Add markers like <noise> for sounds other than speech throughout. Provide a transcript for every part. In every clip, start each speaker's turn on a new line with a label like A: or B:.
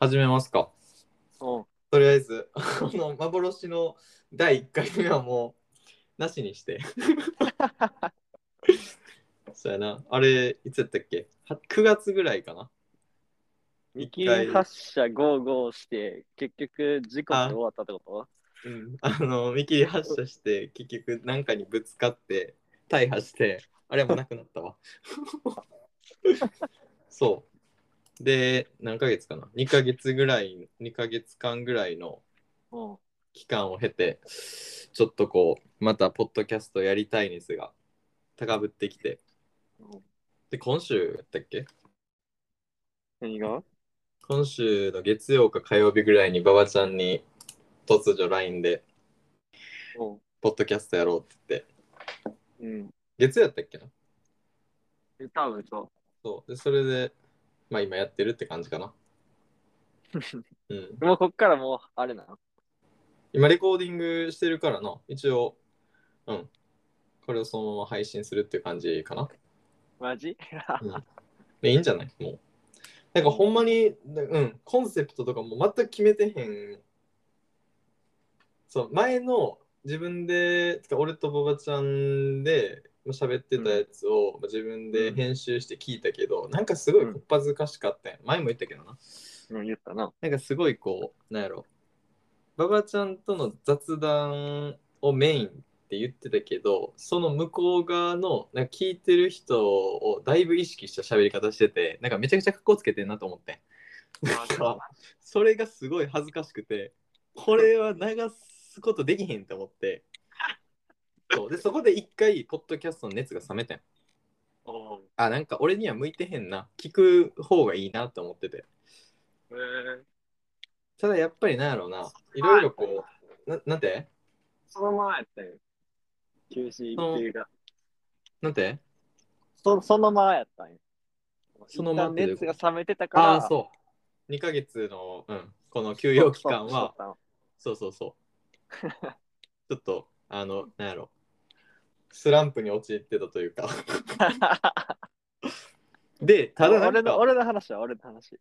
A: 始めますか。
B: うん。
A: とりあえず、あの、幻の第1回目はもう、なしに <laughs> して。そうやな。あれ、いつやったっけは ?9 月ぐらいかな。
B: 見
A: 一
B: 切
A: 回
B: り発射ゴーゴーして、結局事故って終わったってこ
A: うん。あの、見切り発車して、結局、なんかにぶつかって、大破して、あれもなくなった <laughs> わ。そう。で、何ヶ月かな ?2 ヶ月ぐらい、2ヶ月間ぐらいの
B: と
A: 期間を経てちょっとこうまたポッドキャストやりたい熱が高ぶってきて
B: うん。うん。
A: で今週やったっけ
B: 何が
A: 今週の月曜か火曜日ぐらいに馬場ちゃんに突如 LINE で
B: うん。
A: 「ポッドキャストやろう」って言って
B: うん。
A: 月曜やったっけな
B: え多分そ
A: そうでそれでまあ今やってるって感じかなうん
B: う。もうこっからもう、あれな。
A: 今レコーディングしてるからな一応うんこれをそのまま配信するっていう感じかな
B: マジ
A: でいいんじゃないもう。なんかほんまに、なうん、コンセプトとかも全く決めてへん。そう、前の自分で、つか俺とボバちゃんでまあ喋ってたやつをまあ自分で編集して聞いたけど、なんかすごいこっぱずかしかったやん。前も言ったけどな。
B: うん、言ったな。
A: なんかすごいこう、なんやろ。ババちゃんとの雑談をメインって言ってたけど、その向こう側の、なんか聞いてる人をだいぶ意識した喋り方してて、なんかめちゃくちゃ格好つけてんなと思って。なんか、それがすごい恥ずかしくて、これは流すことできへんと思って。そうで、そこで一回、ポッドキャストの熱が冷めてん。
B: おう
A: あ、なんか俺には向いてへんな。聞く方がいいなと思ってて。
B: えー
A: ただやっぱりなんやろうな、いろいろこう、ななんて
B: その前やったよ。休止っていうか、
A: なんて
B: そその前やったんよ。
A: その前って
B: 一旦熱が冷めてたから、
A: ああー、そう。2ヶ月の、うん、この休養期間は、
B: そう。
A: そうそうそう。ちょ <laughs> っと、あの、なんやろ、スランプに陥ってたという <laughs> か。で、た
B: た
A: だ
B: だ
A: なん
B: 俺の、
A: か、
B: 俺の話は俺の話。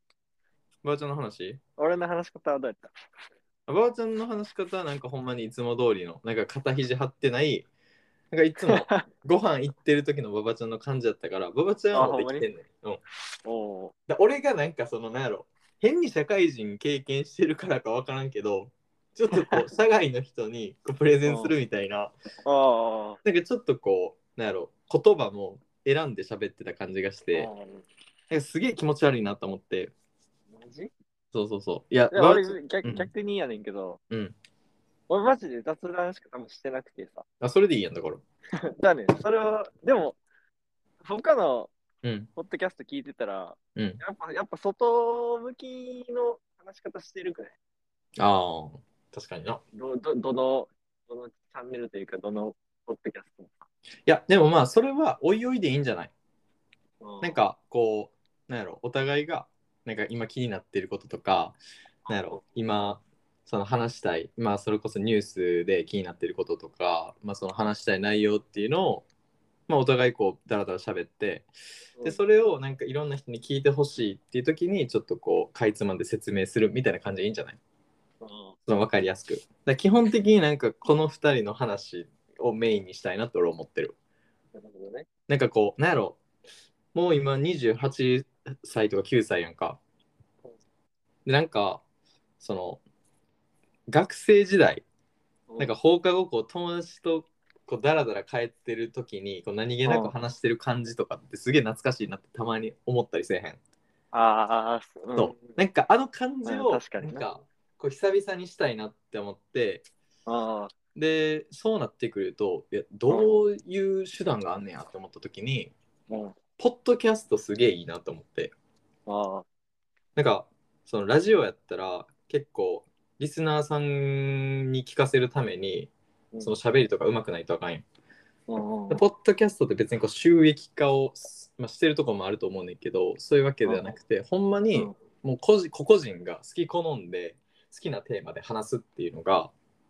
A: ばあちゃんの話
B: 俺の話し方はどうやった
A: ばあちゃんの話し方はなんかほんまにいつも通りの、なんか肩肘張ってない、なんかいつもご飯行ってる時のばばちゃんの感じだったから、ばばちゃんはもうできてんねん。うん
B: おう
A: だ俺がなんかそのなんやろ変に社会人経験してるからか分からんけどちょっと
B: <laughs>
A: こう社外の人にこうプレゼンするみたいな
B: おう。
A: なんかちょっとこうなんやろ言葉も選んで喋ってた感じがして
B: おう
A: なんかすげえ気持ち悪いなと思って
B: マジ
A: そうそうそういや
B: いや俺
A: わう
B: 逆
A: ん
B: 逆にやねんけど、
A: うん
B: 俺マジで雑談しか多分してなくてさ。
A: あそれでいいやんだから
B: だね、それは、でも、他の
A: うん
B: ポッドキャスト聞いてたら、
A: うん
B: やっぱやっぱ外向きの話し方してるくない
A: ああ確かにない
B: どどどの、どのチャンネルというか、どのポッドキャストも
A: やでもまあそれはおいおいでいいんじゃない
B: うん
A: なんかこうなんやろお互いがなんか今気になってることとかなんやろ今その話したいまあそれこそニュースで気になってることとか、まあ、その話したい内容っていうのを、まあ、お互いこうダラダラ喋って
B: うん
A: でそれをなんかいろんな人に聞いてほしいっていう時にちょっとこうかいつまんで説明するみたいな感じでいいんじゃない
B: うん
A: その分かりやすくだから基本的になんかこの2人の話をメインにしたいなって俺は思ってる
B: なるほどね。
A: なんかこう、なんやろ、もう今28歳とか9歳やんか。で、なんか、その、学生時代、なんか放課後、こう、友達と、こう、だらだら帰ってる時に、こう、何気な
B: う
A: く
B: ん
A: 話してる感じとかって、すげえ懐かしいなってたまに思ったりせえへん。
B: ああ、そう。
A: そ
B: うん
A: う。なんか、あの感じ
B: うん
A: を
B: 確か、
A: な
B: に
A: ん
B: な
A: か、こう、久々にしたいなって思って、
B: あ
A: で、そうなってくると、いや、どういう手段があんねやって思った時に、
B: ーうん
A: ポッドキャストすげえいいなと思って。
B: あ
A: なんかそのラジオやったら結構リスナーさんに聞かせるために
B: ー。
A: その喋りとか上手くないとあかんやん。
B: うん
A: でポッドキャストって別にこう収益化を、まあ、してるとこもあると思うねんけどそういうわけではなくてほんまに
B: うん
A: もう個人個々人が好き好んで好きなテーマで話すっていうのが、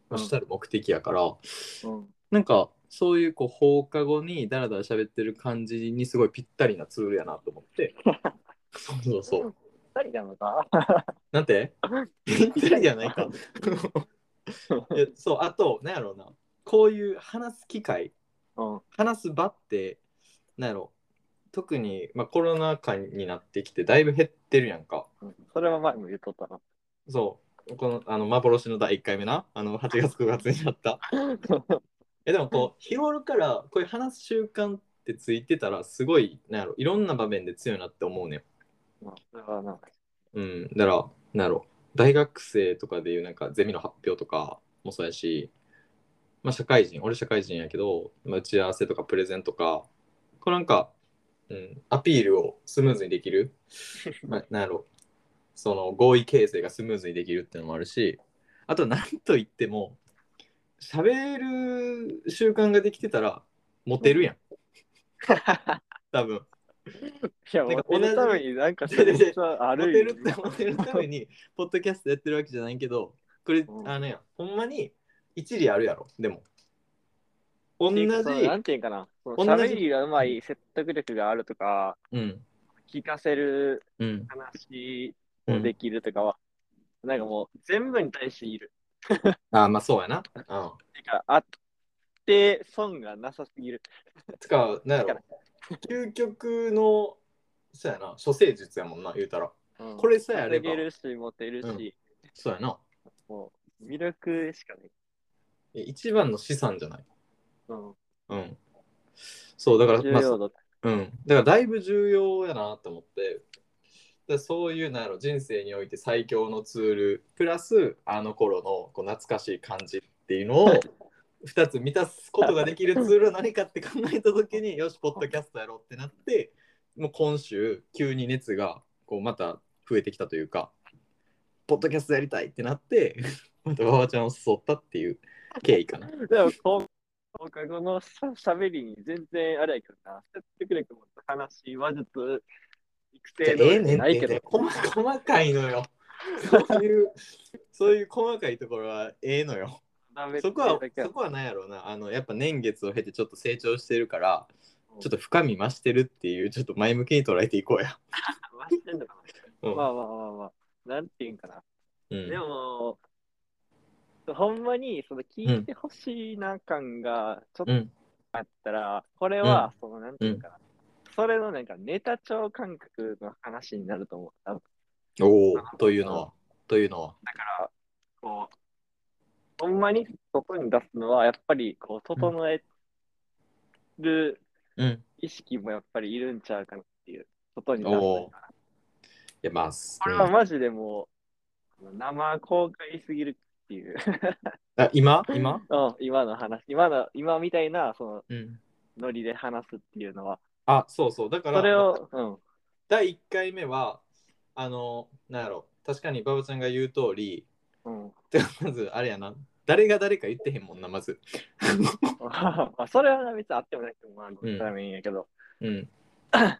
A: まあ、主たる目的やから、
B: うん
A: なんかそういうこう放課後にダラ <laughs> ダラ喋ってる感じにすごいぴったりなツールやなと思ってそうそうそう
B: 二人なのか <laughs>
A: なんて一人じゃない <laughs> か。いやそう、あと、なんやろうな。こういう話す機会、
B: うん。
A: 話す場って、なんやろ特に、まあ、コロナ禍になってきて、だいぶ減ってるやんか。
B: うんそれは前も言っとったな。
A: そう。この、あの、幻の第1回目な。あの、8月9月になった。 <laughs> えでもこう日頃からこういう話す習慣ってついてたらすごいなんやろいろんな場面で強いなって思うねん
B: まあそれはなんか、
A: うんだからなんやろ大学生とかでいうなんかゼミの発表とかもそうやし、まあ、社会人俺社会人やけど、まあ、打ち合わせとかプレゼンとかこうなんか、うん、アピールをスムーズにできる、まあ、なんやろその合意形成がスムーズにできるっていうのもあるしあとなんといっても喋る習慣ができてたらモテるやん多分
B: いや、
A: なんか
B: モテるためになんかしてる
A: <laughs>
B: 人はあ
A: モ
B: る
A: テ
B: よ
A: るってモテるため
B: <laughs>
A: にポッドキャストやってるわけじゃないけどこれ
B: うん
A: あのやほんまに一理あるやろでも同じ
B: っていうかそのなんていうんかな。その
A: 同じ
B: 喋りがうまい説得力があるとか、
A: うん
B: 聞かせる
A: うん
B: 話
A: う
B: を
A: ん
B: できるとかは、なんかもう全部に対している。
A: あまあそうやなうん
B: てか、あって損がなさすぎる。
A: つかなんやろ究極のそうやな処世術やもんな言うたらこれさえあれば
B: 稼げるし、モテるし、
A: そうやな
B: もう魅力しかない。
A: え一番の資産じゃない
B: うん。
A: うんそうだから、
B: 重
A: まあ、
B: 要度。
A: うん、だからだいぶ重要やなと思ってだからそういうなんやろ人生において最強のツールプラスあの頃のこう懐かしい感じっていうのを <laughs> 2つ満たすことができるツールは何かって考えた時によしポッドキャストやろうってなってもう今週急に熱がこうまた増えてきたというかポッドキャストやりたいってなって <laughs> また馬場ちゃんを誘ったっていう経緯かな。
B: <laughs> でも、こう、放課後のさしゃべりに全然あれやけどな、説得力も話、話術、育
A: じゃ
B: 成
A: あ
B: 能
A: ええ
B: 力
A: ねん
B: な
A: っ
B: い
A: て
B: けど、
A: 細細かいのよ。そういう、そういう細かいところはええのよ。
B: ダメって
A: そ
B: い
A: うこは
B: だけ、や
A: そこはなんやろうな。あの、やっぱ年月を経てちょっと成長してるから、ちょっと
B: うん
A: 深み増してるっていう、ちょっと前向きに捉えていこうや。
B: 回してんのか
A: う
B: な。
A: ん。
B: まあまあまあまあ、なんていうんかな。
A: うん
B: でも、ほんまにその聞いてほしいな感がちょっと
A: うん
B: あったら、これは、そのなんていうかな、それのなんかネタ帳感覚の話になると思う。多分
A: おお、というのは、というのは。
B: こうほんまに外に出すのは、やっぱりこう整える
A: うん。
B: 意識もやっぱりいるんちゃうかなっていう、外に出す
A: おー
B: こ
A: いや、まあ、す
B: れはマジでもう、生公開すぎるっていう、 <laughs>
A: あ今今
B: うん今の話、今の、今みたいな、その、
A: うん。
B: ノリで話すっていうのは。
A: あ、そうそう。だから、
B: それを、うん。
A: 第1回目は、あの、なんやろ確かに馬場ちゃんが言う通り、
B: うん、 <laughs>
A: てかまずあれやな誰が誰か言ってへんもんなまず
B: まあそれは別にあってもなくても、まあ、どっちでもいいんやけど。
A: うんだか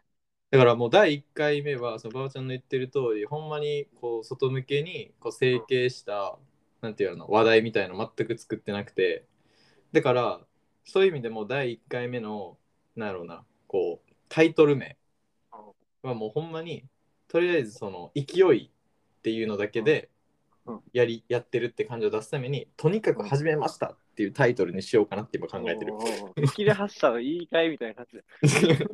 A: らもう第1回目はそのばあちゃんの言ってる通りほんまにこう外向けにこう整形した、なんていうの話題みたいの全く作ってなくてだからそういう意味でもう第1回目のなんやろうなこうタイトル名はもうほんまにとりあえずその勢いっていうのだけで
B: うんうん
A: やりやってるって感じを出すためにとにかく始めましたっていうタイトルにしようかなって今考えてる
B: おー。見切り発車の言い換えみたいな感じで。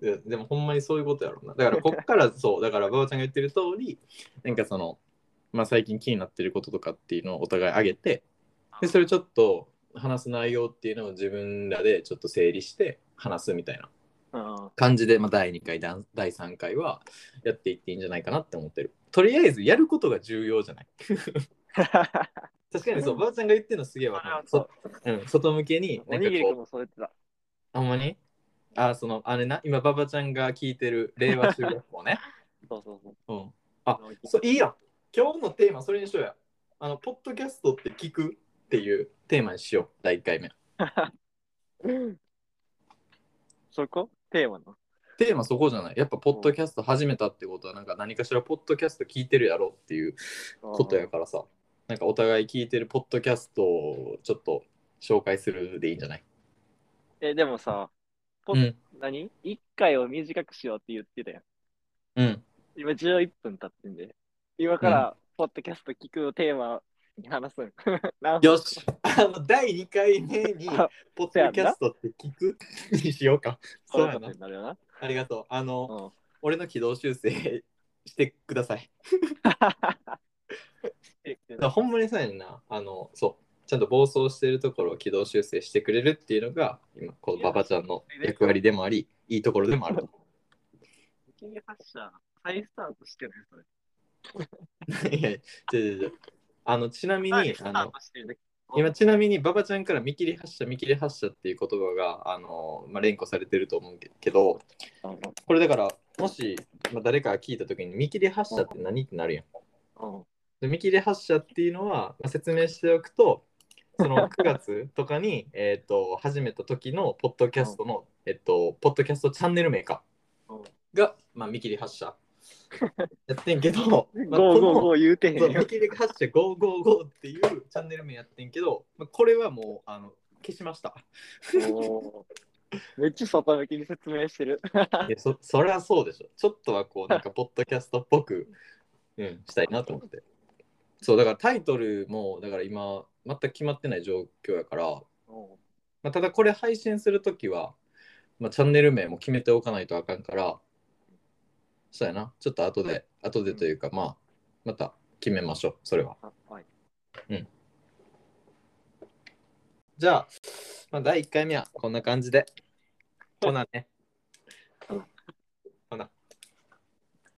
A: ででもほんまにそういうことやろうなだからこっからそうだからばあちゃんが言ってる通りなんかその、まあ、最近気になってることとかっていうのをお互い上げてでそれちょっと話す内容っていうのを自分らでちょっと整理して話すみたいな
B: うん。 <laughs>
A: 感じで、まあ、第2回だん第3回はやっていっていいんじゃないかなって思ってるとりあえずやることが重要じゃない確かにそうばあちゃんが言ってるのすげえわかる
B: そう
A: そ、うん、外向けに
B: お
A: なんか
B: にぎ
A: こ
B: りく
A: うん
B: もそう言ってた。
A: あんまにあ、その、あれな、今、馬場ちゃんが聞いてる、令和中学校 <laughs> ね。
B: そうそうそう。
A: うん。あそう、いいやん。今日のテーマ、それにしようや。あの、ポッドキャストって聞くっていうテーマにしよう。第1回目。
B: <laughs> そこテーマの。
A: テーマそこじゃない。やっぱ、ポッドキャスト始めたってことは、なんか何かしらポッドキャスト聞いてるやろっていう <laughs> ことやからさ。なんか、お互い聞いてるポッドキャストをちょっと紹介するでいいんじゃない
B: え、でもさ、ポ
A: うん。
B: 何 ?1 回を短くしようって言ってたやん。
A: うん。
B: 今11分経ってんで、今からポッドキャスト聞くテーマに話すん。 <laughs> なん
A: よしあの第2回目 <laughs> に
B: あ、
A: ポッドキャストって聞くにしようか。そうや
B: こ
A: な
B: と。になるよな。
A: ありがとう。あの、
B: うん。
A: 俺の軌道修正 <laughs> してください。
B: え
A: だからほんまにそうやねんな。あの、そう。ちゃんと暴走してるところを軌道修正してくれるっていうのが、今、この馬場ちゃんの役割でもあり、いいところでもあると。
B: 責任発射、再スタートしてるそれ。
A: いやいや、ちょちょちょあの、ちなみ
B: 再
A: に、
B: スタ
A: あ
B: ー
A: の
B: ト、してるだけ
A: 今ちなみに馬場ちゃんから見切り発車見切り発車っていう言葉があの、まあ、連呼されてると思うけどこれだからもし、まあ、誰かが聞いた時に見切り発車って何ってなるやん
B: うん。うん
A: で見切り発車っていうのは、まあ、説明しておくとそ
B: <laughs>
A: の9月とかにえーと始めた時のポッドキャストの、えっとポッドキャストチャンネル名か
B: うん
A: が、まあ、見切り発
B: <laughs>
A: 車やってんけど、まあ
B: ゴー
A: こ
B: ゴ
A: の
B: ーゴー言うてへん
A: そう、
B: よ
A: 見。切り発車555っていうチャンネル名やってんけど、まあこれはもうあの消しました。
B: おーめっちゃ外向きに説明してる。
A: いやそそりゃそうでしょ。ちょっとはこう、なんか、ポッドキャストっぽく、うん、したいなと思って。そう、だからタイトルも、だから今、全く決まってない状況やから、
B: お
A: まあ、ただこれ配信するときは、まあ、チャンネル名も決めておかないとあかんから、そうやな。ちょっと後で、後でというか、まあ、また決めましょう、それは。
B: ーあはい
A: じゃあ、まあ、第1回目はこんな感じで。ほなね。